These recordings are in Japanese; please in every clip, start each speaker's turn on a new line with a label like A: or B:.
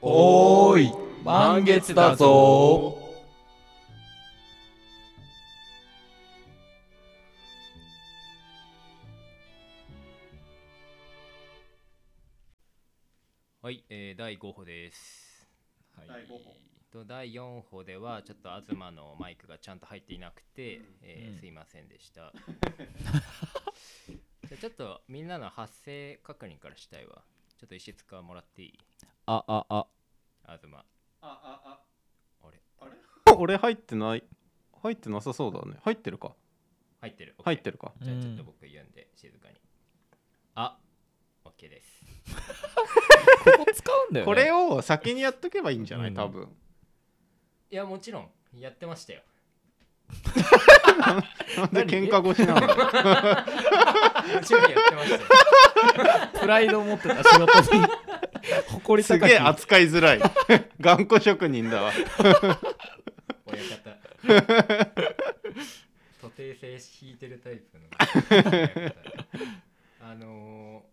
A: おーい満月だぞ
B: はい、えー、第5歩です。はい、
C: 第五歩
B: と第4歩ではちょっと東のマイクがちゃんと入っていなくて、えー
A: うん
B: すいませんでした。 じゃあちょっとみんなの発声確認からしたいわ。ちょっと石塚もらっていい
A: あああ
B: 東。
C: ああ
B: あれ
C: あれ
D: 俺入ってない入ってなさそうだね入ってるか
B: 入ってる。OK
D: 入ってるか
B: じゃあちょっ
A: う
B: と
A: ん
B: 僕読んで静かに。あ、OK です。
A: ここ使うんだよ、ね、
D: これを先にやっとけばいいんじゃな
A: う
D: い
A: ん
D: 多分
B: いや、もちろんやってました よ。
D: なんで喧嘩腰なの
B: もちろんやってましたよ。
A: プライドを持ってた仕事に誇り
D: す
A: 高
D: げえ
A: き
D: 扱いづ らい頑固職人だわ
B: 親方徒弟性引いてるタイプのあの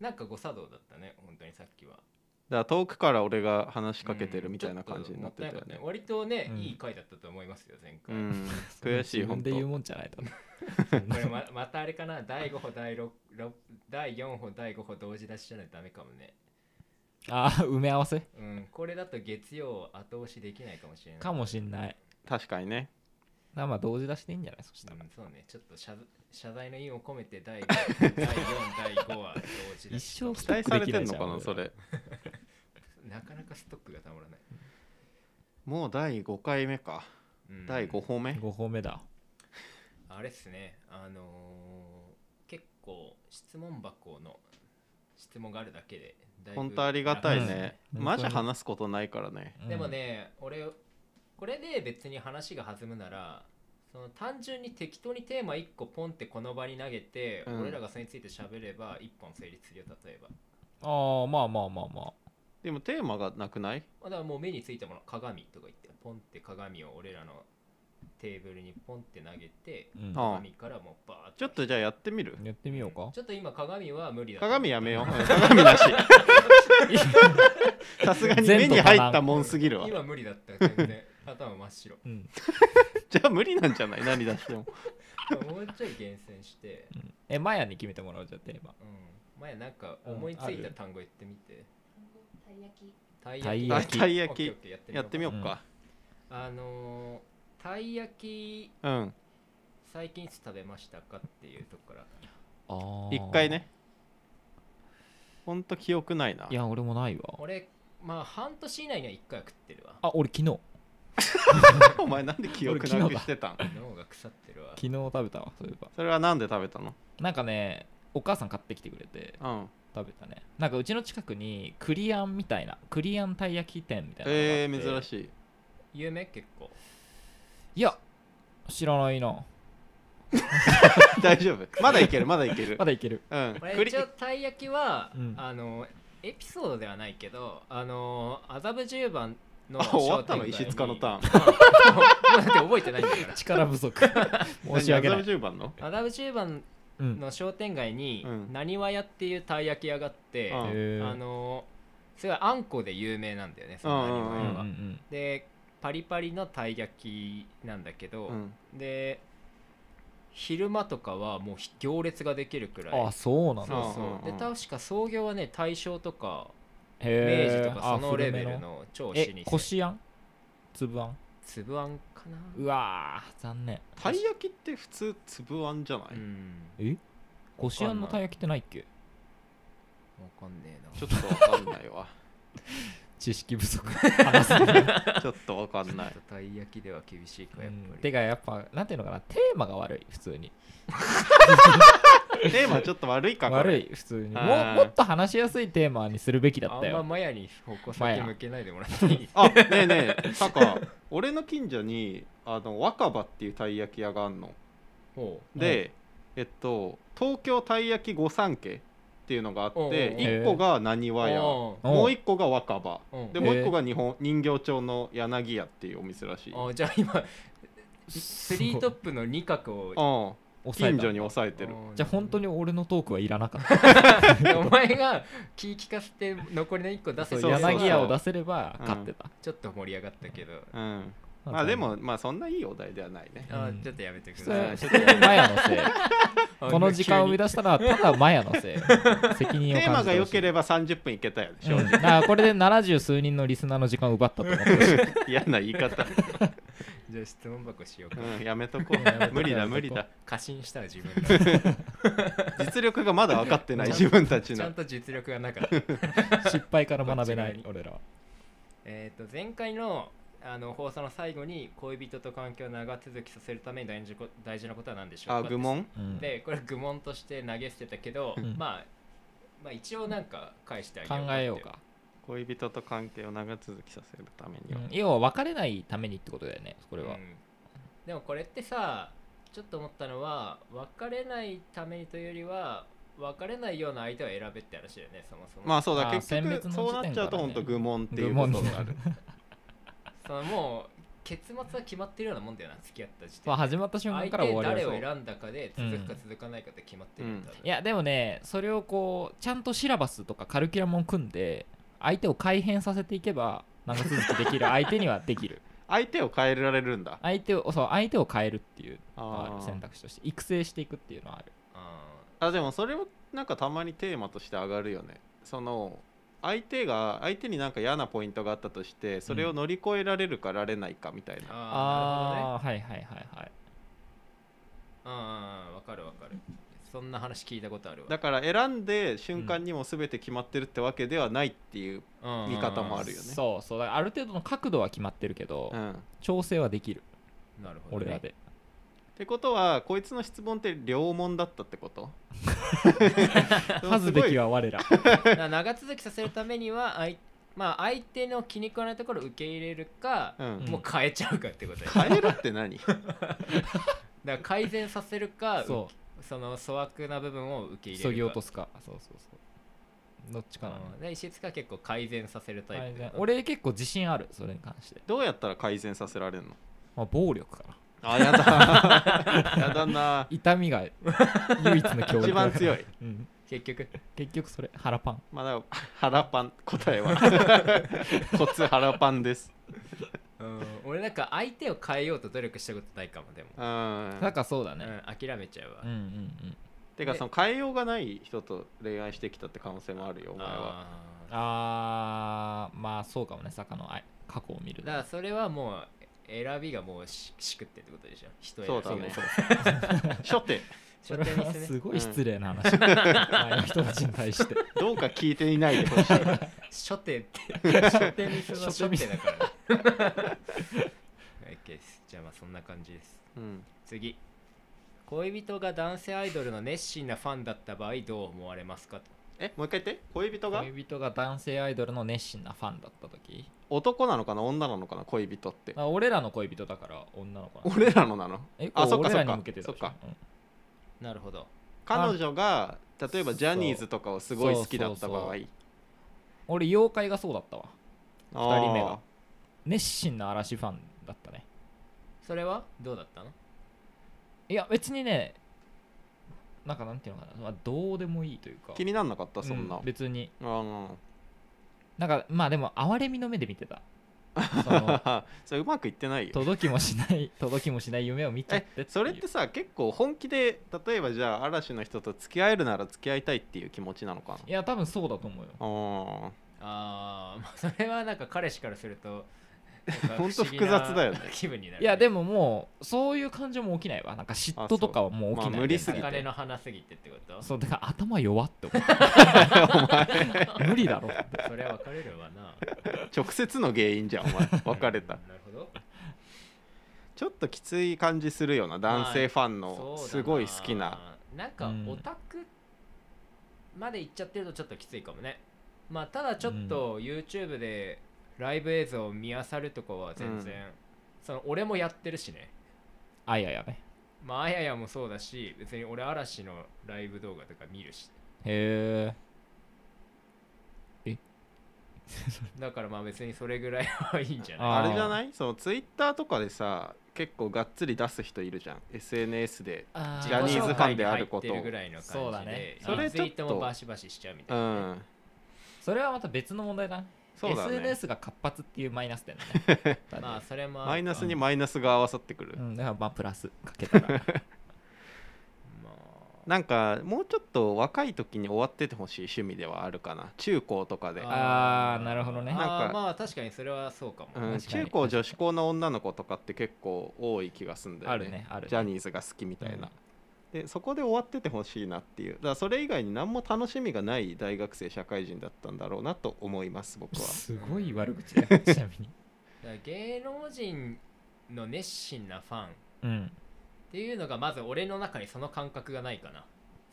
B: ー、なんか誤作動だったね本当にさっきは
D: だから遠くから俺が話しかけてるみたいな感じになってたよ
B: うんちょ
D: ね
B: ともったいなかった割とね、
A: うん
B: いい回だったと思いますよ前
D: う
B: 回、
D: ん悔しい
A: 自
D: 本
A: 分で
D: 当
A: 言うもんじゃないと
B: これままたあれかな第5歩第6第4歩第5歩同時出しじゃないとダメかもね
A: ああ埋め合わせ
B: うんこれだと月曜後押しできないかもしれない
A: かもしんない
D: 確かにね
A: まあまあ同時出していいんじゃないそしたら、
B: うん、そうねちょっと謝謝罪の意を込めて第5第4第5は同時出し
A: 一生ス
D: 期
A: トッ
D: 待
A: クで
D: さ
A: き
D: れて
A: なんい
D: の
A: じゃん
D: かなそ
A: 俺ら
D: れ
B: なかなかストックがたまらない。
D: もう第5回目か
B: うん
D: 第5歩目
A: 5本目だ
B: あれっすね、あのー結構質問箱の質問があるだけで、だいぶ
D: 本当ありがたいね
A: うん
D: マジ話すことないからね
B: 楽ですねでも、ね、俺、これで別に話が弾むなら、その単純に適当にテーマ1個ポンってこの場に投げて、
D: うん
B: 俺らがそれについて喋れば1本成立するよ、例えば。
A: うんああまあまあまあまあ
D: でもテーマがなくない
B: まあだからもう目についたもの、鏡とか言って、ポンって鏡を俺らのテーブルにポンって投げて、
A: うん
D: あ
B: 鏡からもうバーッ
D: ちょっとじゃあやってみる
A: やってみようか
B: ちょっと今鏡は無理だ
D: 鏡やめよう
B: う
D: うん鏡 なしさすがに目に入ったもんすぎるわ
B: 今無理だった全然頭真っ白
A: うん
D: じゃあ無理なんじゃない何出しても
B: もうちょい厳選して、
A: えマヤに決めてもらうじゃんテーマ
B: うん、前なんか思いついた単語言ってみて、
E: たい焼き
B: たい
A: たい焼き
D: たい焼き
B: オッケーオッケー
D: やってみよ
A: う
D: う
A: か
D: か
B: あのーたい焼き
D: うん
B: 最近いつ食べましたかっていうとこから
A: ああ
D: 一回ねほんと記憶ないない
A: や俺もないわ
B: 俺まあ半年以内には1回は食ってるわ
A: あ俺昨日
D: お前なんで記憶なくしてたん
B: 脳が腐ってるわ
A: 昨日食べたわそういえば
D: それはなんで食べたの
A: なんかねお母さん買ってきてくれて
D: うん
A: 食べたねなんかうちの近くにクリアンみたいなクリアンたい焼き店みたいなのがあって
D: えー、珍しい
B: 有名結構
A: いや知らないな
D: 大丈夫まだいけるまだ いける
A: まだいける
D: うん
B: これ
D: 栗
B: 一応たい焼きは、
A: うん
B: あのエピソードではないけどあの麻布十番の
D: あ終わった
B: 商
D: の
B: 店街に
D: 石塚のターン
B: うんもうだって覚えてないんだから
A: 力 不足申し訳な
D: 何
A: い、
D: 10番の
B: 麻布十番
A: うん
B: の商店街に
D: うん
B: なにわ屋っていうたい焼き屋があって、
D: うん
A: へー
B: あのすごいあんこで有名なんだよねそのなに
A: う
B: わ
A: ん
B: 屋
A: う
B: は、
A: んうん
B: でパリパリのたい焼きなんだけど、
D: うん
B: で昼間とかはもう行列ができるくらい
A: あそうなん
B: そ
A: だ
B: う
D: あ
B: そう、
D: うんうん
B: で確か創業はね大正とか明
A: へ
B: 治
A: え
B: とかそのレベルの超老舗
A: えこしあんつぶあん
B: つぶあんかな
A: うわー残念
D: たい焼きって普通つぶあんじゃない、
B: うん
A: えこしあんのたい焼きってないっけ
B: わかんねえな
D: ちょっとわかんないわ
A: 知識不 足話すね
D: ちょっとわかんない
B: ちょっとたい焼きでは厳しいかやっぱり
A: てかやっぱなんていうのかなテーマが悪い普通に
D: テーマちょっと悪いかこれ
A: 悪い普通にも
D: あ
A: う
D: ー
A: もっと話しやすいテーマにするべきだった
B: あんま
A: よ
B: マヤに方向
A: マ
B: 先
A: ヤ
B: 向けないでもらっていい
D: あねえねえさか俺の近所にあの若葉っていうたい焼き屋があんの
B: ほう
D: で、えっと東京たい焼き御三家っていうのがあっ
B: おうおう
D: て1個がなにわ屋も
B: あ
D: う
A: うん
D: 1個が若葉
B: うん
D: でもう1個が日本人形町の柳屋っていうお店らしい
B: ああじゃあ今スリートッ
A: プ
B: プの2角を
D: うん
A: 抑えた
D: 近所に抑えてる
A: じゃあ本当
B: に
A: に俺のトークはいらなか った
B: お前が気聞かせて残りの1個出せ
A: そう
D: う
B: ば
A: 柳屋を出せれば
D: うん
A: 勝ってた、
B: ちょっと盛り上がったけど
D: うんまあでもまあそんないいお題ではないね
B: あーちょっとやめてくだ
A: そ
B: さい
A: れそれはマヤの せい
B: あ
A: この時間を生み出したのはただマヤのせい責任を感じてほしい
D: テーマが良ければ30分いけたよね正
A: うんだからこれで70数人のリスナーの時間を奪ったと思って る
D: 直 嫌な言い方、
B: 急にじゃあ質問箱しようか
D: うん、やめとこ
A: やめとこ
D: う
A: う
D: 無理だ無理だ
B: 過信した自分が
D: 実力がまだ分かってない自分たち
B: ちゃ
D: の
B: んと実力がなかった
A: 失敗から学べな
B: こっ
A: い
B: ち
A: 俺らは
B: えーと前回のあの放送の最後に恋人と環境を長続きさせるために大事こ大事なことは何でしょうか
D: あ愚問
A: うん
B: でこれ愚問として投げ捨てたけど、
A: うん
B: まあ、まあ一応なんか返してあげ
A: 考
B: よう
A: えようか、
D: 恋人と関係を長続きさせるため
A: う
D: には、
A: ん要は別れないためにってことだよねこ
B: こ
A: れは、
B: でもこれってさちょっと思ったのは別れないためにというよりは別れないような相手を選べって話だよねそもそも、
D: まあそうだ
A: あー
D: 結
A: 選別
D: 局
A: の
D: そうなっちゃ
A: 時点
D: うと
A: からね
D: 本当愚問っていうことにな
A: 愚
D: る
B: そのもう結末は決まってるようなもんだよな付き合った時点
A: まあ、
B: で
A: 始まった瞬間
B: 相
A: から終
B: 手
A: わりは
B: 誰
A: そ
B: を
A: う
B: 選んだかで続くか
A: うん
B: 続かないかって決まってる
D: うん
B: んだ、
A: いやでもねそれをこうちゃんとシラバスとかカルキュラムを組んで相手を改変させていけば長続きできる相手にはできる
D: 相手を変えられるんだ
A: 相手をそう相手を変えるっていうのがあ
D: あ
A: る
D: ー
A: 選択肢として育成していくっていうのはある
B: あ
D: あでもそれもなんかたまにテーマとして上がるよねその相手が相手になんか嫌なポイントがあったとしてそれを乗り越えられるかられないかみたいな、
A: あ
B: あ
A: ー、はいはいはいはい
B: あなるほどねうんわかるわかるそんな話聞いたことあるわ
D: だから選んで瞬間にもう全て決まってるってわけではないっていう、
B: うん
D: 見方もあるよね
A: そうそうだからある程度の角度は決まってるけど、
D: うんっ
A: 調整はできる
B: なるほど、
A: 俺
B: ね、
A: らで
D: てことはこいつの質問って両問だったってこと
A: 恥ずべきは我ら
B: だから長続きさせるためにはあい、まあ、相手の気に食わないところを受け入れるか
D: す、ごい、うん
A: ん
B: もう変えちゃうかってことだよね
D: 変えるって何
B: だから改善させる か
A: そ
B: その粗悪な部分を受け
A: う
B: 入れるか
A: そぎ落とすかそうそうそうどっちかな、
B: うんで石塚は結構改善させるタイプだよな
A: 俺結構自信あるそれに関して、
D: どうやったら改善させられるの
A: まあ、暴力かな
D: あやだ やだな
A: 痛みが唯一の教育
D: 一番強い、
A: うん、
B: 結局
A: 結局それ腹パン
D: まあだから腹パン答えは コツ腹パンです
B: うん俺なんか相手を変えようと努力したことないかもでも、
D: うん
A: なんかそうだね、
B: うん、諦めちゃうわ、
A: うん、うんうん
D: てかその変えようがない人と恋愛してきたって可能性もあるよお前は
B: あー
A: あーまあそうかもね坂のあい過去を見ると
B: だからそれはもう選びがもうししくってってことでしょ人選
D: そう
B: びが
D: だね
A: そう
D: 初手
A: それ
B: 初手に
A: は
B: す ね
A: すごい失礼な 話、前の人たちに対して
D: どうか聞いていないで ほしい
B: 初手って初手にすの
A: 初手
B: 初
A: ミ
B: 手
A: ス
B: だからねはい OK ですじゃあまあそんな感じです
D: うん
B: 次恋人が男性アイドルの熱心なファンだった場合どう思われますかと
D: えもう一回言って恋人が
A: 恋人が男性アイドルの熱心なファンだった時
D: 男なのかな女なのかな恋人って
A: あ俺らの恋人だから女の子なの
D: 俺らのなの
A: え
D: あそっか
A: 俺
D: そ
A: ら
D: っ
A: に
D: か
A: 向けてた
D: そっ
A: でしょ
D: か
A: うん
B: なるほど
D: 彼女が例えばジャニーズとかをすごい好きだった場
A: そう
D: 合
A: そう
D: 2
A: 俺妖怪がそうだったわ二人目が
D: が
A: 熱心な嵐ファンだったね
B: それはどうだったの
A: いや別にねなんかなんていうのかな、まあ、どうでもいいというか
D: 気になんなかったそん
A: う
D: な
A: 別に
D: あ
A: なんかまあでも哀れみの目で見てたそ の
D: あそれうまくいってないよ
A: 届きもし ない届きもしない夢を見ちゃってっていう
D: それってさ結構本気で例えばじゃあ嵐の人と付き合えるなら付き合いたいっていう気持ちなのかない
A: や多分そうだと思うよ
D: あ
B: あー、まあそれはなんか彼氏からすると
D: ほんと複雑だよね
B: なんか不思議な気分になる、
A: いやで
B: も
A: ももうそういう感情も起きないわなんか嫉妬とかはもう起きない、
D: あそうまあ無理すぎて
B: 金の花すぎてってことそ
A: そうだから頭弱って思った無理だろって
B: れは別れるわな
D: あ直接の原因じゃんお前別れた
B: うんなるほど
D: ちょっときつい感じするよな男性フ
B: そ
D: ァン
B: う
D: の
B: だな
D: すごい好きな
B: なんか
A: うん
B: オタクまで行っちゃってるとちょっときついかもねまあただちょっと YouTube でライブ映像を見あさるとこは全然、その俺もやってるしね
A: あいやいやね
B: まああややもそうだし別に俺嵐のライブ動画とか見るし
A: へ
B: だからまあ別にそれぐらいはいいんじゃない
A: あー
D: あれじゃないそのツイッターとかでさ結構がっつり出す人いるじゃん SNS で
A: あ
D: ジャニーズファンであること
B: 自己紹介に入ってるぐらいの感じで
A: そうだね
B: それ
D: それちょっと
B: ツイートもバシバシしちゃうみた
D: う
B: いな、
D: ん
A: それはまた別の問題だな
D: そうだね
A: SNS が活発っていうマイナス点 だねだね
B: まあそれもあるか
D: マイナスにマイナスが合わさってくる、
A: うん、だから まあプラスかけたら
B: まあ
D: なんかもうちょっと若い時に終わっててほしい趣味ではあるかな中高とかで、
A: あーなるほどね
B: あー
D: なんか
B: まあ確かにそれはそうかも、
D: うん、
A: 確かに
D: 中高女子高の女の子とかって結構多い気がすんだよね
A: あるねあるね
D: ジャニーズが好きみたいな、でそこで終わっててほしいなっていうだからそれ以外に何も楽しみがない大学生社会人だったんだろうなと思います僕は
A: すごい悪口だ よちなみに
B: だから芸能人の熱心なファンっ
A: うん
B: ていうのがまず俺の中にその感覚がないかな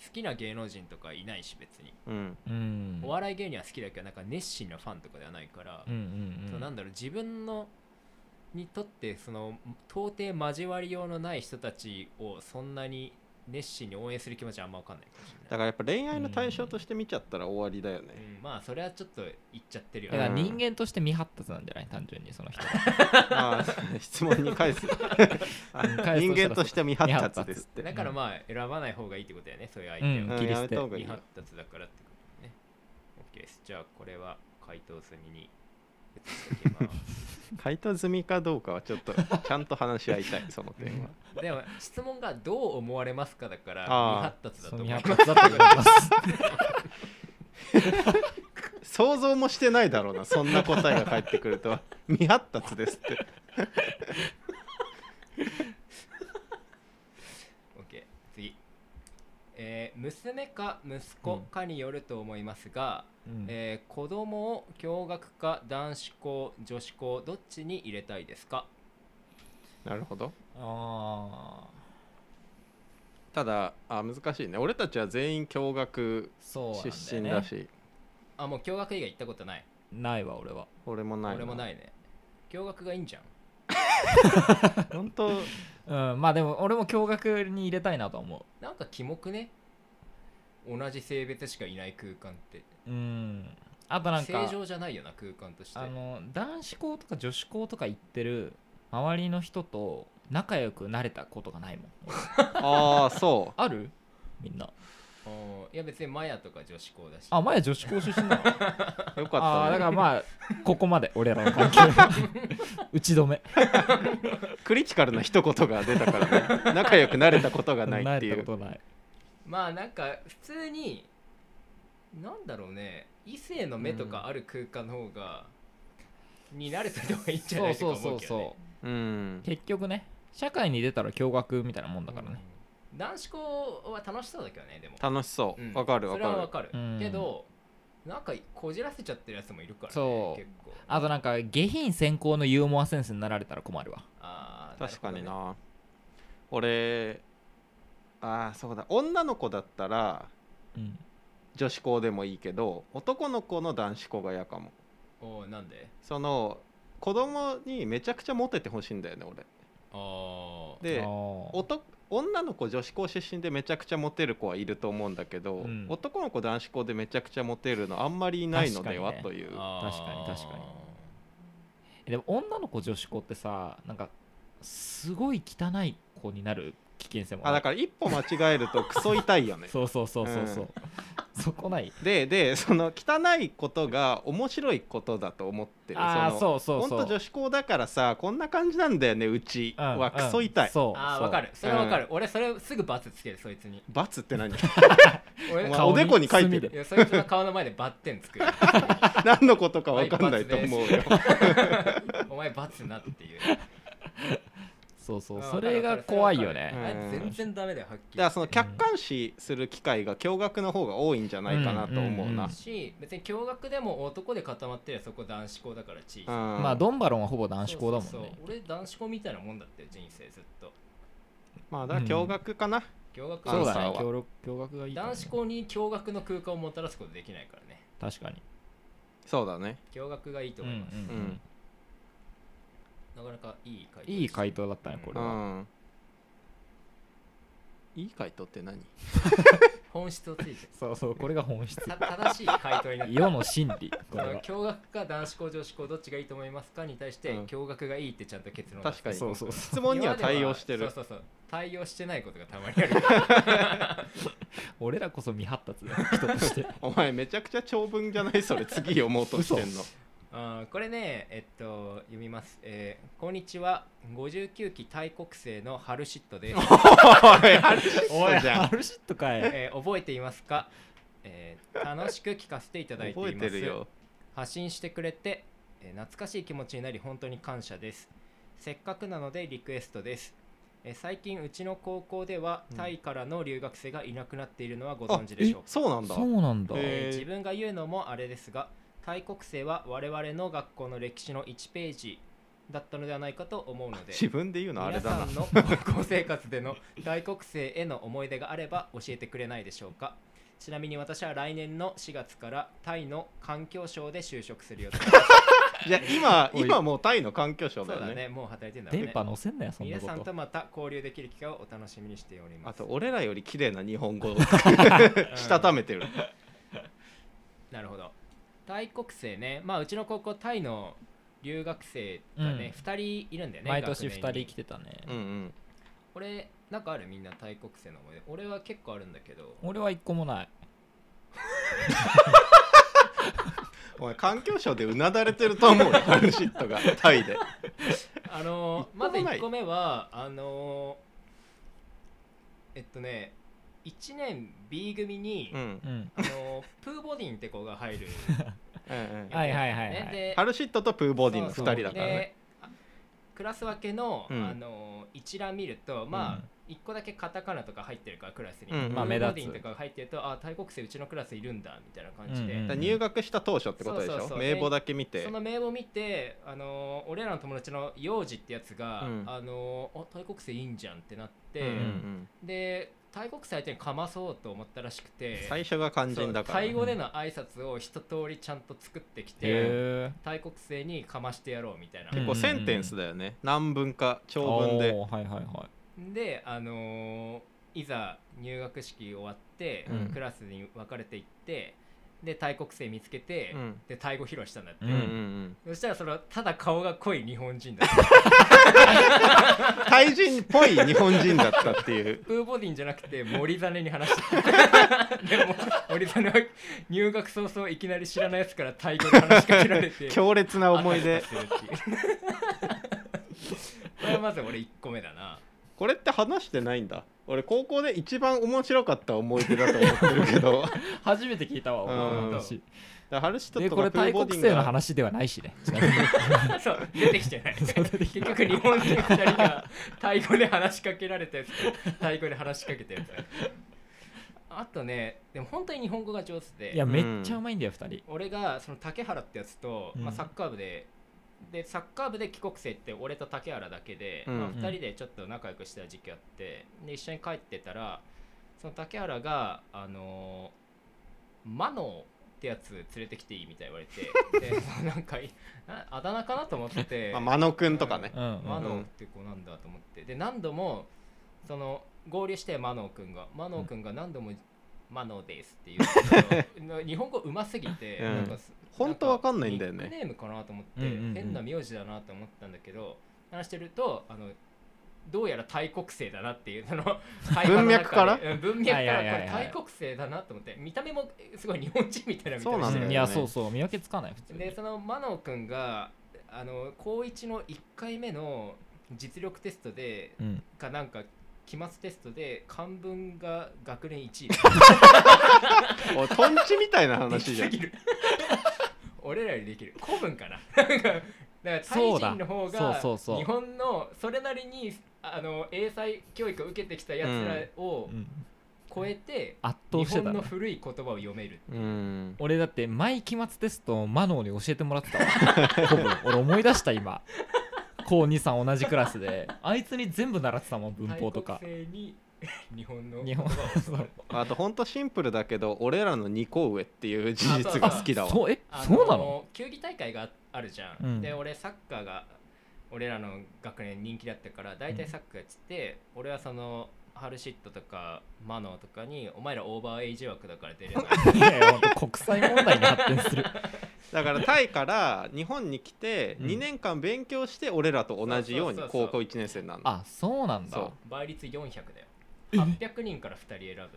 B: 好きな芸能人とかいないし別に
D: うん
A: うん
B: お笑い芸人は好きだけどなんか熱心なファンとかではないから、
A: うんうん
B: そうの
A: ん
B: なんだろう自分のにとってその到底交わりようのない人たちをそんなに熱心に応援する気持ちはあんま分かんないかもしれない
D: だからやっぱ恋愛の対象として見ちゃったら終わりだよ ね、
B: うんまあそれはちょっと言っちゃってるよ
A: だから
B: ね、
A: 人間として未発達なんじゃない単純にその人は
D: あー質問に返すあ
A: 返す
D: 人
A: としたら
D: 間として未発達ですって
B: だからまあ選ばない方がいいってことだよねそういう相
A: う
B: 手
A: ん
B: を、
D: うん
A: 切り捨て
D: やめた方がいい
B: 未
D: よ
B: 発達だからってことだよね OK ですじゃあこれは回答済みに移していきます
D: 回答済みかどうかはちょっとちゃんと話し合いたいその点は
B: でも質問がどう思われますかだから
D: あ
B: 未発達だ
A: その
B: と思い
A: 未
B: ます
A: 発達だと思います
D: 想像もしてないだろうなそんな答えが返ってくると は未発達ですって
B: OK 次えー娘か息子かによると思いますが、
A: うん
B: えー子供を共学か男子校女子校どっちに入れたいですか
D: なるほど
A: ああ
D: ただあ難しいね俺たちは全員共学
A: そうなんだよ、ね、
D: 出身だし
B: あもう共学以外行ったことない
A: ないわ俺は
D: 俺もない
B: 俺もないいね共学がいいんじゃん
D: 本当
A: うんまあでも俺も共学に入れたいなとは思
B: なんかキモくね同じ性別しかいない空間って
A: ううんあとなんか
B: 正常じゃないよな空間として
A: あの男子校とか女子校とか行ってる周りの人と仲良くなれたことがないもん
D: ああそ
A: あるみんな
B: おーいや別にマヤとか女子校だし
A: あ前女子校出身だ
D: うよ
A: あ
D: か
A: あだか
D: った、
A: ら
D: ね、
A: まあここま で俺らの関係は打ち止め
D: クリティカルな一言が出たからね仲良くなれたことが ないってい
A: 慣れ
D: う
A: たことない
B: まあなんか普通になんだろうね異性の目とかある空間の方が、に慣れてた方がいいんじゃ
A: そ
B: な
A: う
B: いと
A: そう
B: か
A: そうう
B: 思けど、ね
A: そ、
D: うん
A: う結局ね社会に出たら共学みたいなもんだからね
B: うん男子校は楽しそうだけどねでも
D: 楽しそううんわ、かるわ
B: それは
D: か
B: わ
D: る
B: かる、
A: うん
B: けどなんかこじらせちゃってるやつもいるから、ね、
A: そう
B: 結構
A: あとなんか下品先行のユーモアセンスになられたら困るわ
B: あー
D: 確かに
B: るほどね
D: な俺ああそうだ女の子だったら
A: うん
D: 女子校でもいいけど男の子の男子校が嫌かも
B: おーなんで
D: その子供にめちゃくちゃモテてほしいんだよね俺
B: ああ
D: で
A: あー
D: 男女の子女子校出身でめちゃくちゃモテる子はいると思うんだけど、
A: うん
D: 男の子男子校でめちゃくちゃモテるのあんまりいないのでは、
A: 確か
D: という
A: 確かに確かにでも女の子女子校ってさなんかすごい汚い子になる危険性も
D: あだから一歩間違えるとクソ痛い よね
A: そうそうそうそうそう、そこない
D: ででその汚いことが面白いことだと思ってる
A: ああ
D: その
A: そうそうそう
D: 本当女子校だからさこんな感じなんだよねうち
A: うん
D: はクソ
A: う
D: 痛
A: ん
D: い、
A: そう
B: あー
A: そう
B: わかるそれはわかる、俺それすぐ罰つけるそいつに
D: 罰って何
B: 俺
D: お
B: い
D: 前
A: 顔に
D: おでこに書いて
A: 墨
D: る
A: で
B: やそいつの顔の前でバッテン作る
D: 何のことか分かんないと思うよ
B: お前罰なっていう
A: そうそ
B: うん
A: うそれが怖いよ
B: わか
A: ね
B: るわかるあいつ
D: うん
B: 全然ダメだよはっきり
D: だからその客観視する機会が驚愕の方が多いんじゃないかなと思うな、
B: し別に共学でも男で固まってるやつそこ男子校だから地位
D: うん
A: まあドンバロンはほぼ男子校だもんね
B: そうそうそう俺男子校みたいなもんだって人生ずっと
D: まあだから驚愕かな、
B: 共学
D: そう
A: だ
D: アン
A: ね
D: サーは
A: 教教学がいいと思う
B: 男子校に共学の空間をもたらすことできないからね
A: 確かに
D: そうだね
B: 共学がいいと思います、
A: うんうん
D: うん
B: なかなかいい回答
A: いい回答だったねこれ
D: う
A: は、
D: んいい回答って何
B: 本質をついてる
A: そうそうこれが本質
B: た正しい回答になってる
A: 世の真理こ
B: そ
A: れ
B: の
A: は
B: 驚愕か男子校女子校どっちがいいと思いますかに対して、
D: うん
B: 驚愕がいいってちゃんと結論を出す
D: 確かに
A: そうそうそ
D: 質問には対応して
B: 今
D: る
B: まではそうそうそう対応してないことがたまに ある
A: 俺らこそ未発達だ人として
D: お前めちゃくちゃ長文じゃないそれ次読もうとしてんの
B: あーこれねえっと読みます、えーこんにちは59期タイ国生のハルシット です
D: おいあれ嘘じゃ
A: ハ
D: ん
A: ルシットかい
B: えー覚えていますか、えー楽しく聞かせていただいていま
D: 覚
B: す
D: えてるよ
B: 発信してくれて、えー懐かしい気持ちになり本当に感謝ですせっかくなのでリクエストです、えー最近うちの高校では
D: うん
B: タイからの留学生がいなくなっているのはご
D: あ
B: 存知で
D: え
B: しょうか、
D: そうなんだ
A: そうなんだ
D: え
B: えー自分が言うのもあれですがタイ国生は我々の学校の歴史の1ページだったのではないかと思うので
D: 自分で言うのあれだな
B: 皆さんの高校生活での外国生への思い出があれば教えてくれないでしょうかちなみに私は来年の4月からタイの環境省で就職する予定です
D: じゃ あ今
A: おい
D: 今もうタイの環境省
B: そ
D: だ
B: う
D: よ
B: だ
D: ね
B: ねもう働いてんだもん
A: 電
B: ね
A: 波乗せんなよそんな
B: 皆
A: こ
B: さん
A: と
B: とまた交流できる機会をお楽しみにしておりま
D: あ
B: す
D: と俺らより綺麗な日本 語をしたためてる
B: なるほどタイ国生ねまあうちの高校タイの留学生がね、
A: うん
B: 2人いるんだよね
A: 毎年
B: 学
A: 2
B: 年
A: 人
B: に
A: 来てたね
D: うんうん
B: 俺なんかあるみんなタイ国生の思い出俺は結構あるんだ けど
A: 俺は1個もない
D: お前環境省でうなだれてると思うよハルシットがタイで
B: あのー
D: 一個
B: ま
D: も
B: ず
D: ない
B: 1個目はあのーえっとね1年 B 組に、
D: うん
A: うん
B: あのープーボディンって子が入る、
D: うん
A: はいはい はいはい
B: ねで
D: ハルシットとプーボディの2人だからね
B: であクラス分けの、
D: うん
B: あのー一覧見るとまあ、1個だけカタカナとか入ってるからクラスに、
D: うんまあ
B: プ
A: 目
B: ー
A: 立つ
B: ボディンとかが入ってるとあ大国生うちのクラスいるんだみたいな感じで、
A: うんうん
D: だから入学した当初ってことでし
B: そうそうそ
D: ょ
B: う
D: 名簿だけ見て
B: その名簿見て、あのー俺らの友達の幼児ってやつが、
D: うん
B: あのーあ大国生いいんじゃんってなって、
A: うん
D: うんうん
B: で大国際相手にかまそうと思ったらしくて
D: 最初が肝心だか
B: そ
D: ら
B: うタイ
D: ね
B: 語での挨拶を一通りちゃんと作ってきて
A: へ
B: タイ国勢にかましてやろうみたいな、
A: うん
D: こうセンテンスだよね何文か
A: え
D: 長文で
A: はいはいは
B: であのーいざ入学式終わって、
D: うん
B: クラスに分かれていってでタイ国勢見つけて、
D: うん
B: でタイ語披露したんだって、
A: う
D: うんうんうん
B: そしたらそのただ顔が濃い日本人だった
D: タイ人っぽい日本人だったって いう
B: プーボディンじゃなくて森実に話した でも森実は入学早々いきなり知らないやつからタイ語で話しかけられ て
D: 強烈な思い出
B: あたふたするっていう これはまず俺1個目だな
D: これって話してないんだ俺高校で一番面白かった思い出だと思ってるけ どだか
A: い初めて聞いたわ
D: うん
A: 俺の話
D: らハルシット
A: で
D: と
A: こ
D: か
A: れ
D: プー
A: 大
D: ボディ
A: 国
D: ン
A: 生の
D: が
A: 話ではないし ねちなみに
B: そう出てきてない結局日本人2人がタイ語で話しかけられたやつとタイ語で話しかけたやつあとねでも本当に日本語が上手
A: いや
B: で
A: めっちゃうまいんだよ2人
B: 俺がその竹原ってやつと、
A: うん
B: まあ、サッカー部ででサッカー部で帰国生って俺と竹原だけで、
D: うん
B: まあ、2人でちょっと仲良くしてた時期あってで一緒に帰ってたらその竹原があのーマノーってやつ連れてきていいみたいに言われてで そのなんかいなあだ名かなと思って
D: まあ、真野くんとかね
A: うんうん
B: マ
D: の
B: ノーって子なんだと思ってで何度もその合流してマノー君がマノー君が何度も「マノーです」っていう の日本語うますぎて、
D: うん
B: なんかす
D: 本当わかんないんだよ
B: ニック
D: ね
B: ネームかなと思って、
A: うんうんうん
B: 変な名字だなと思ったんだけど話してるとあのどうやらタイ国生だなっていう その会話の中で
D: 文脈から
B: うん文脈から
A: はいはい
B: こ
A: はいは
B: れ
A: い
B: タイ国生だなと思って見た目もえすごい日本人みたいな見た
D: そう
B: 目
D: な
B: し
D: ん
B: てる
D: だよ
A: う
D: ね
A: んいやそうそう見分けつかない普通
B: で
A: に
B: そのマノ君があの高1の1回目の実力テストで
A: うん
B: かなんか期末テストで漢文が学年1位
D: おいとんちみたいな
B: で
D: 話
B: き
D: じ
B: す
D: ゃ ん
B: ぎる 俺らよりできる古文かな なんかだからタイ
A: そうだ
B: 人の方が
A: そうそうそう
B: 日本のそれなりにあの英才教育を受けてきたやつらを
A: うん
B: 超えて、
A: 圧倒して
B: 日
A: た
B: 本の
A: ね
B: 古い言葉を読める
D: うん
A: 俺だって毎期末テストをマノーに教えてもらってたわ 多分俺思い出した今高23同じクラスであいつに全部習ってたもん文法とか
B: タイ国勢に 日本の
A: 日本
B: 言葉を教わ る
D: あとほんとシンプルだけど俺らの2個上っていう事実が好きだわ
A: そうえ
B: あ
A: そうなの
B: 球技大会があるじゃん、
A: うん
B: で俺サッカーが俺らの学年人気だったから大体サッカーやってて、俺はそのハルシットとかマノーとかにお前らオーバーエイジ枠だから出 れない
A: いやいや本当国際問題に発展する
D: だからタイから日本に来て
A: うん
D: 2年間勉強して俺らと同じように
B: そうそうそうそう
D: 高校1年生になるのだか
A: あそうなんだ
D: そう
B: 倍率400だよ800人から2人選ぶね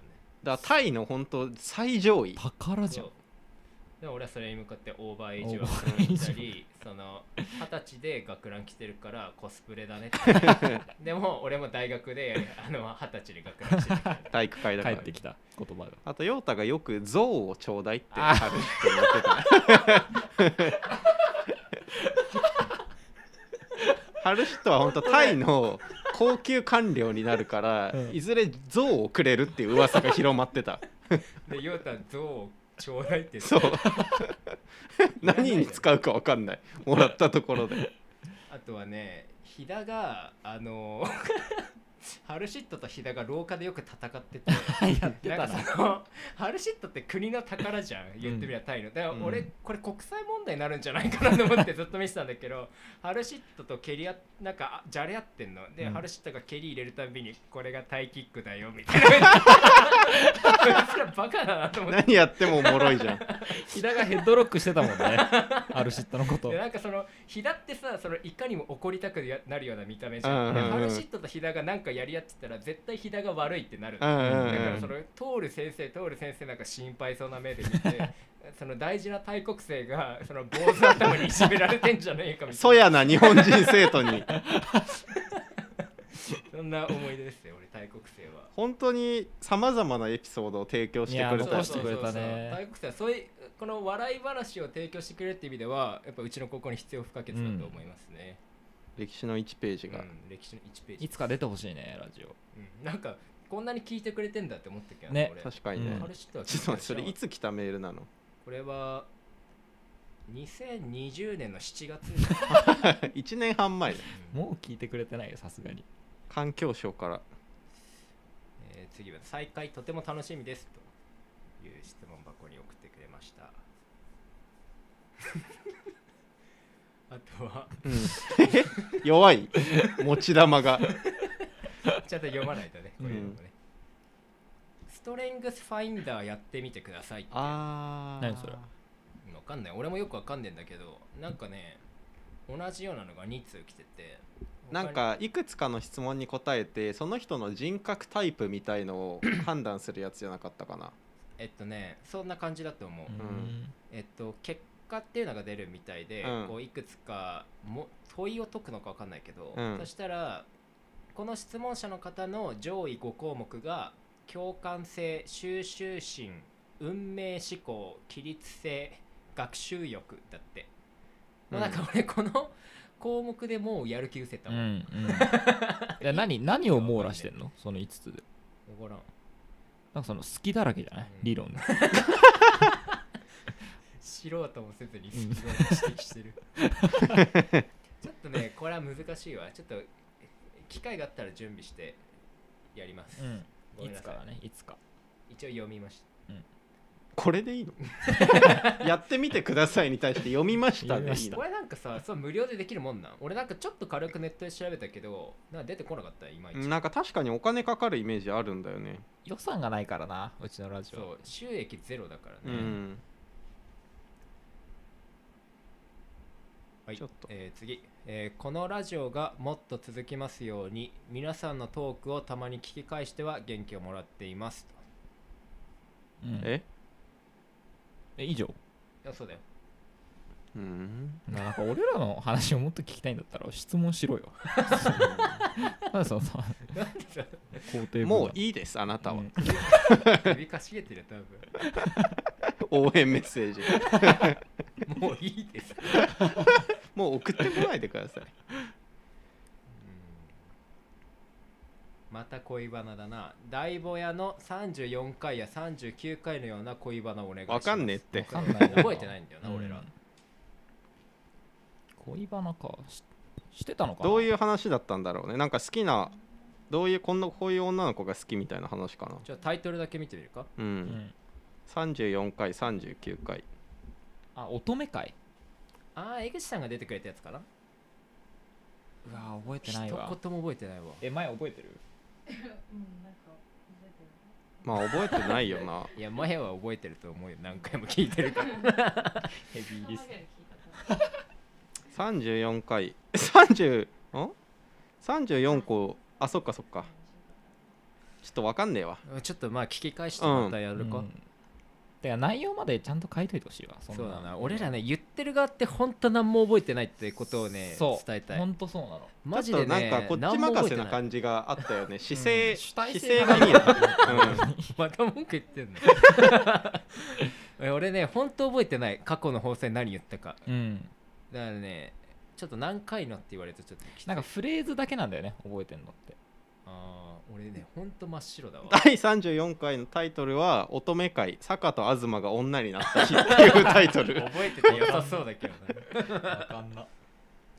D: らタイの本当最上位
A: 宝じゃん
B: そうでも俺はそれに向かってオーバーエイジ
A: オ
B: 枠
A: ーバーエ
B: に
A: イ
B: 行っ
A: ジ枠
B: たりその二十歳で学ラン着てるからコスプレだねって でも俺も大学であの二十歳で学ランしてるから
D: 体育会だ
A: 帰
D: から
A: ってきた言葉が
D: あと陽太がよく「象をちょうだい」って
A: あー
D: 春って言ってた春人は本当タイの高級官僚になるから、
A: うん
D: いずれ象をくれるっていう噂が広まっ てた
B: でヨタ象をちょうだいって言って
D: そう 何に使うか分かんないもらったところで
B: あとはね飛騨があの ハルシットと飛騨が廊下でよく戦ってて
A: やってた
B: な
A: なん
B: かそのハルシットって国の宝じゃん言ってみればタイのだから俺、
D: うん
B: これ国際問題になるんじゃないかなと思ってずっと見てたんだけど ハルシットと蹴り合なんかあじゃれ合ってんので、
A: うん
B: ハルシットが蹴り入れるたびにこれがタイキックだよみたいな こいつらバカだなと思って
D: 何やってもおもろいじゃん
A: ひだがヘッドロックしてたもんね アルシットのこと
B: でなんかその飛騨ってさそのいかにも怒りたくやなるような見た目じ
D: う
B: ゃん。
D: ん
B: で
D: うんうん
B: ハルシットと飛騨がなんかやり合ってたら絶対飛騨が悪いってなる。
D: う
B: だか
D: んうんうん
B: らその通る先生通る先生なんか心配そうな目で見 てその大事な大国生がその坊主頭にいじめられてんじゃねえかみた
D: そ
B: いな
D: やな日本人生徒に
B: そんな思い出ですよ俺大国生は。
D: 本当にさまざまなエピソードを提供してくれ
A: いや
D: た
A: 残してくれたね
B: そうそうそう大国生はそういうこの笑い話を提供してくれるっていう意味ではやっぱうちの高校に必要不可欠だと思いますね。
D: 歴史の1ページ
B: うん
D: が、
B: 歴史の1ページ
A: いつか出てほしいねラジオ
B: うんなんかこんなに聞いてくれてんだって思ったけど
A: ね
B: 俺
D: 確かにね、
A: うん
B: あれ知ってた
D: ちょっと待ってそれいつ来たメールなの
B: これは2020年の7月
D: 1年半前
A: もう聞いてくれてないよさすがに
D: 環境省から
B: えー次は再開とても楽しみですという質問箱に送ってくれました あとは
D: 弱い持ち玉が
B: ちゃんと読まないとねこういうのもね、
D: う
B: ストレングスファインダーやってみてくださいっていう
D: あー
A: 何それ
B: わかんない俺もよくわかんねえんだけどなんかね同じようなのが2通来てて
D: なんかいくつかの質問に答えてその人の人格タイプみたいの を判断するやつじゃなかったかな
B: えっとねそんな感じだと思う、
A: うん
B: えっと結果っていうのが出るみたいで、
D: うん
B: こういくつかも問いを解くのかわかんないけど、
D: うん
B: そしたらこの質問者の方の上位5項目が共感性収集心運命思考規律性学習欲だって、もうなんか俺この項目でもうやる気失せた
A: う
B: も
A: ん
B: ん、
A: うんいや何何を網羅してんのその5つで
B: わからん
A: なんかその好きだらけじゃない
B: うん
A: 理論で
B: 素人もせずに
A: うん
B: 指摘して るちょっとねこれは難しいわちょっと機会があったら準備してやります、ごめ
A: い
B: んな
A: つ
B: さ
A: か
B: い
A: だねいつか
B: 一応読みました
D: これでいいの やってみてくださいに対して読みました
A: 読み
D: で
A: ま
D: いい
A: した
D: の
B: これなんかさそう無料でできるもんなん俺なんかちょっと軽くネットで調べたけどなんか出てこなかったいまいち、
D: なんか確かにお金かかるイメージあるんだよね
A: 予算がないからなうちのラジ
B: そ
A: オ
B: う収益ゼロだからね、
D: うん、
B: はい、
D: ちょっと
B: えー次、えーこのラジオがもっと続きますように皆さんのトークをたまに聞き返しては元気をもらっていますと
A: うん
D: え
A: え以上
B: いやそうだよ
D: うん
A: なんか俺らの話をもっと聞きたいんだったら質問しろよなんでそのさ
B: なんでさ
A: 肯定文
D: もういいですあなたは、
A: うん
B: 首かしげてるよ多分
D: 応援メッセージ
B: もういいです。
D: もう送ってこないでください
B: また恋バナだな。大坊やの34回や39回のような恋バナをお願いします。
D: わかんねえって
B: わかん
A: わかんない
B: な
A: い
B: な
A: な
B: 覚えてないんだよな、
A: うん
B: 俺ら。
A: 恋バナかししてたのかな
D: どういうう話だったんだろうねなんか好きなどういうこんなこういう女の子が好きみたいな話かな
B: じゃあタイトルだけ見てみるか。
D: うん、
A: ん
D: 34回39回
A: あ乙女会
B: ああ、江口さんが出てくれたやつかな。
A: うわ覚え
B: 一言も覚えてないわ。
A: え前覚えてる
E: うん、なんか覚えてる。
D: まあ覚えてないよな
B: いや前は覚えてると思うよ何回も聞いてるからヘビーリス
E: 考
B: ナー
E: えたことある
D: 34回30ん ?34 個あそっかそっかちょっとわかんねえわ
B: ちょっとまあ聞き返してまたやるか、
A: うんてか内容までちゃんと書いといてほしいわん
B: そうだな俺らね言ってる側って本当何も覚えてないってことをね
A: そう
B: 伝えた
A: ほ
B: い
A: んとそうなの
B: マ
D: ち
B: ジ
D: ょっ
B: で
D: となん
B: ね
D: かこっち
B: 何も
D: 任
B: 覚え
D: せ
B: て
D: な
B: ない
D: 感じがあったよね姿勢、
A: うん主体
D: 姿
A: 性
D: 勢
A: が
D: が
A: 見
D: 見
A: え
D: え
A: な
D: ないい、
B: また文句言ってんのえ 俺ね本当覚えてない過去の放送で何言ったか
A: うん
B: だからねちょっと何回のって言われるとちょっときつい
A: なんかフレーズだけなんだよね覚えてんのって
B: あー俺ね本当真っ白だわ
D: 第34回のタイトルは「乙女会坂と東が女になった日」っていうタイトル
B: 覚えてて良さそうだけどな
A: わかんな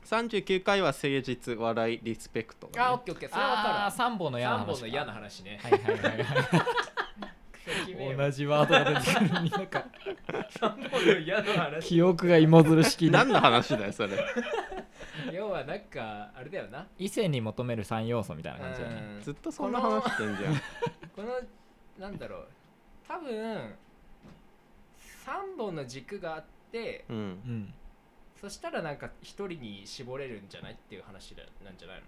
D: 39回は「誠実笑いリスペクト
B: あ、オ
D: だね」
B: ッケーオッケー、それは分
A: あ
B: か
A: あ3本の
B: る。
A: 嫌な
B: 三
A: 話
B: 本の嫌な話ね。
A: はいはいはいはい 同じワードが出てくるになんか
B: 三本の嫌な 話。
A: 記憶が芋づる式だ
D: 何の話だよそれ
B: 要はなんか、あれだよな。
A: 異性に求める3要素みたいな感じだよね
B: うん
D: ずっとそんな話してんじゃん
B: この、なんだろう。多分、三本の軸があって、
D: うん
A: うん
B: そしたらなんか一人に絞れるんじゃないっていう話だなんじゃないの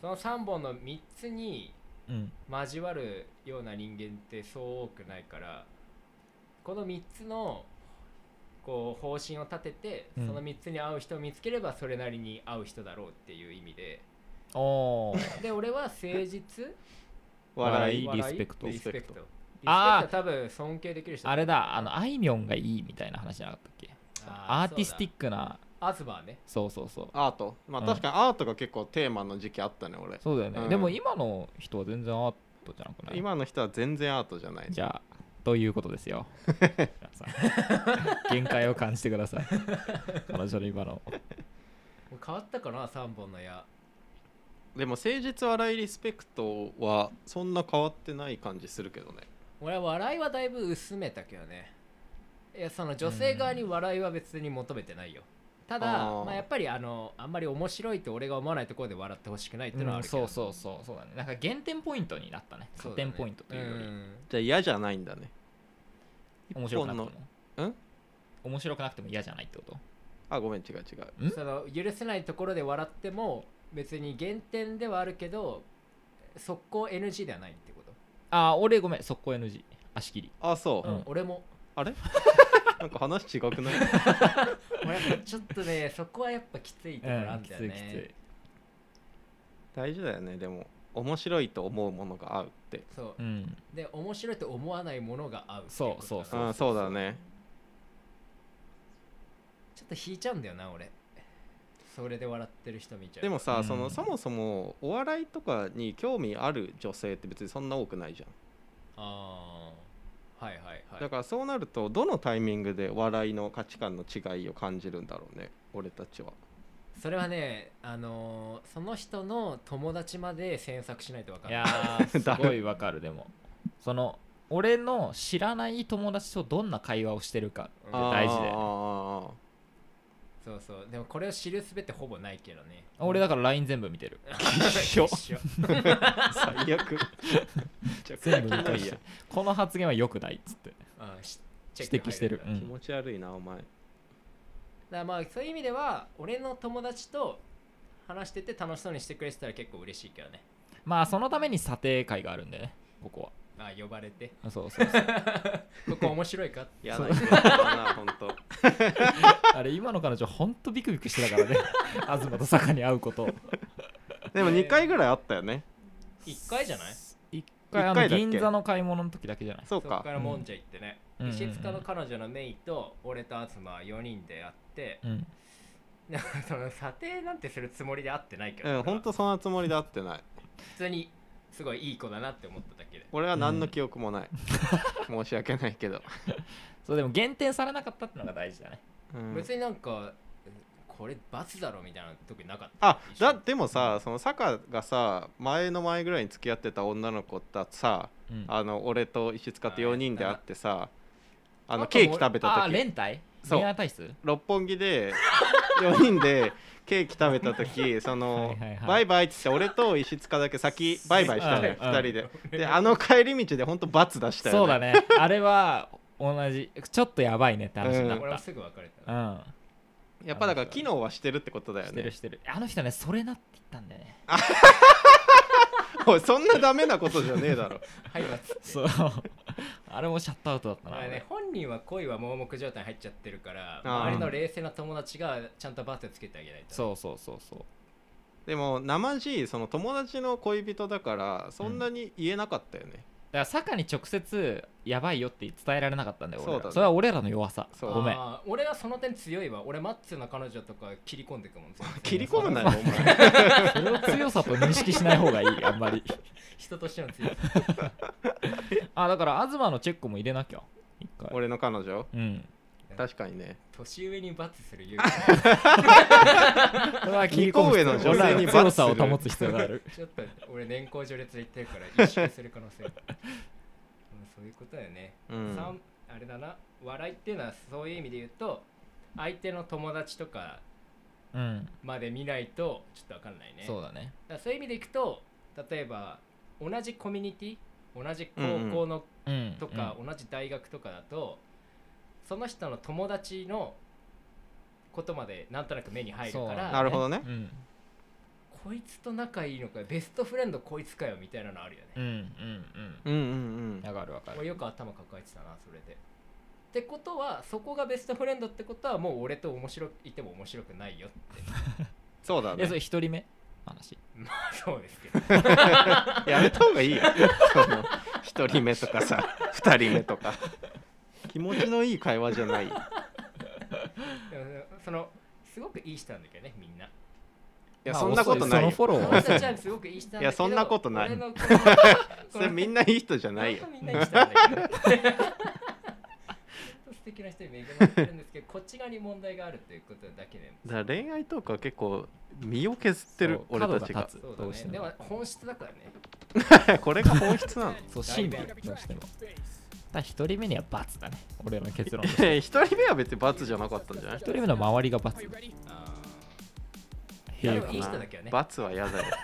B: その三本の三つに
A: うん
B: 交わるような人間ってそう多くないからこの3つのこう方針を立てて、
A: うん
B: その3つに合う人を見つければそれなりに合う人だろうっていう意味で
A: おー
B: で俺は誠実
D: 笑い
A: リスペクト
B: リスペクトリスペクト
A: あー
B: は多分尊敬できる人
A: あれだあのあいみょんがいいみたいな話じゃなかったっけアーティスティッ
B: ク
A: クな
B: アズバーね
A: そうそうそう
D: アートまあ
A: うん
D: 確かにアートが結構テーマの時期あったね俺
A: そうだよね、
D: うん
A: でも今の人は全然アートじゃなくない
D: 今の人は全然アートじゃない
A: じゃあということですよ皆 さん限界を感じてください彼女の今の
B: もう変わったかな3本の矢
D: でも誠実笑いリスペクトはそんな変わってない感じするけどね
B: 俺は笑いはだいぶ薄めたけどねいやその女性側に笑いは別に求めてないよただ
D: あー
B: まあ、やっぱりあのあんまり面白いと俺が思わないところで笑ってほしくないっていうのはあるけど、
A: そうそうそうそうだねなんか減点ポイントになったね
B: そ
A: 加
B: うだね
A: 点ポイントというより、
B: ん
D: じゃあ嫌じゃないんだね
A: 面白くなくて
D: 一本
A: も
D: のん
A: 面白くなくても嫌じゃないってこと
D: あごめん違う違う
A: うん
B: その許せないところで笑っても別に減点ではあるけど速攻 NG ではないってこと、
A: ああ俺ごめん速攻 NG 足切り
D: あそう、
A: ん
B: 俺も
D: あれなんか話違くない
B: 俺やっぱちょっとね そこはやっぱきついところあんだよね、
D: 大事だよねでも面白いと思うものが合うって
B: そ
A: う、
B: う
A: ん
B: で面白いと思わないものが合うっていこ
A: そう
B: と
A: そう
B: だ
A: そ
B: な
D: うんそうだね
B: ちょっと引いちゃうんだよな俺それで笑ってる人見ちゃう
D: でもさ、
A: うん
D: そのそもそもお笑いとかに興味ある女性って別にそんな多くないじゃん、
B: ああはいはいはい
D: だからそうなるとどのタイミングで笑いの価値観の違いを感じるんだろうね俺たちは
B: それはねあのーその人の友達まで詮索しないと分か
A: い
B: んない
A: やーすごいわかるでもその俺の知らない友達とどんな会話をしてるか
B: うん
A: あ大事だよね
D: よ
B: そうそうでもこれを知るすべってほぼないけどね
A: 俺だから LINE 全部見てる
D: 一緒
B: 一緒
D: 最悪
A: 全部見
D: キモ
A: 返
D: い
A: し
D: や
A: てこの発言は良くないっつって
B: うんしチェック
A: 指摘してる
B: 入
A: う
B: だか
D: 気
A: ん
D: 持ち悪いなお前
B: らまあそういう意味では俺の友達と話してて楽しそうにしてくれてたら結構嬉しいけどね
A: まあそのために査定会があるんでねここ
B: あ呼ばれ て
A: はそうそうそう
B: ここ面白いかって
D: 嫌な人だな本当
A: あれ今の彼女ほんとビクビクしてたから ね東と坂に会うこと
D: でも2回ぐらいあったよね
B: 1回じゃない
A: 一回あの
D: 一回だっけ
A: 銀座の買い物の時だけじゃない
D: そう
B: そこ
D: か
B: からもんじゃ行ってね、
A: うん
B: 石塚の彼女のメイと俺と東4人で会って、
A: うん
B: なんか その査定なんてするつもりで会ってないけど、
D: うん本当そんなつもりで会ってない
B: 普通にすごいいい子だなって思っただけで
D: 俺は何の記憶もない、申し訳ないけど、
A: そうでも減点されなかったってのが大事だね
D: うん
B: 別になんかこれ罰だろみたいなの特になかった
D: あだでもさその坂がさ前の前ぐらいに付き合ってた女の子とさ
A: うん
D: あの俺と石塚と4人で会ってさあ
B: あ
D: の
B: と
D: ケ
B: も
D: ーキ食べた
A: あー
D: 時
A: 連帯
D: そう
A: 宮体質
D: 六本木で4 人でケーキ食べた時その
A: はいはいはい
D: バイバイっつって俺と石塚だけ先バイバイしたのよ
A: うん
D: 2人 でであの帰り道で本当罰出したよね
A: そうだねあれは同じちょっとやばいねって話になっ
B: 俺も
A: た
B: すぐ別れた
A: う
B: あ
A: ん、
D: やっぱだから機能はしてるってことだよ
A: してる
D: ね
A: してるあの人ねそれなって言ったんだよね
D: おいそんなダメなことじゃねえだろ
B: はいバツって
A: そうあれもシャットアウトだったな、
B: まあね、本人は恋は盲目状態に入っちゃってるから
D: あー
B: 周りの冷静な友達がちゃんとバツつけてあげないと
A: そうそうそうそう
D: でも生地その友達の恋人だからそんなに言えなかったよね、
A: だから坂に直接やばいよって伝えられなかったんだよ俺ら
D: そうだね
A: それは俺らの弱さ
D: そう
A: ごめん
B: あー俺はその点強いわ俺マッツーの彼女とか切り込んでくもん全然
D: 切り込むなよお前
A: それを強さと認識しない方がいいあんまり
B: 人としての強さ
A: あだから東のチェックも入れなきゃ一回
D: 俺の彼女
A: うん
D: 確かにね
B: 年上にバツする勇気
A: これは
D: 切り込む必要
A: 女性に強さを保つ必要がある
B: ちょっと俺年功序列で言ってるから意識する可能性 がうんそういうことだよね、
D: うん
B: さんあれだな笑いっていうのはそういう意味で言うと相手の友達とか
A: うん
B: まで見ないとちょっとわかんないね
A: そうだね
B: だからそういう意味でいくと例えば同じコミュニティ同じ高校の
A: うん
B: とか、同じ大学とかだとその人の友達のことまでなんとなく目に入るか
A: そう
B: ら、
D: なるほどね
A: うんうん
B: こいつと仲いいのかよベストフレンドこいつかよみたいなのあるよね
A: うんうん
D: うんうん
A: うんわかるわか
B: 俺
A: る
B: よく頭抱えてたなそれでってことはそこがベストフレンドってことはもう俺と面白いても面白くないよって
D: そうだ
A: えそ
D: ね
A: れ一人目の話
B: そうですけど
D: やめた方がいいよ その1人目とかさ2人目 とか気持ちのいい会話じゃない
B: でもそのすごくいい人なんだけどねみんない
D: や、
A: まあ
D: そんなことない
A: その
D: よ。
A: フォロー
B: 俺
A: は
B: たちはすごくいい人なんだけど
D: いやそんなことない
B: 俺のこの
D: それみんないい人じゃないよ
B: 本。当みんないい人なんだけど 本当素敵な人に恵まれてるんですけどこっち側に問題があるということだけで
D: だから恋愛トークは結構身を削ってる
A: そう
D: 俺たち
A: 角
D: が
A: 立つ
B: そうだ
A: どう
B: ね
A: しても
B: でも本質だからね
D: これが本質なの
A: そう真理どうしてもただ一人目には罰だね俺の結論 として
D: え一人目は別に罰じゃなかったんじゃない
A: 一人目の周りが罰
B: あー
A: 平
B: いやでもいい人だけどね
D: 罰は嫌だよ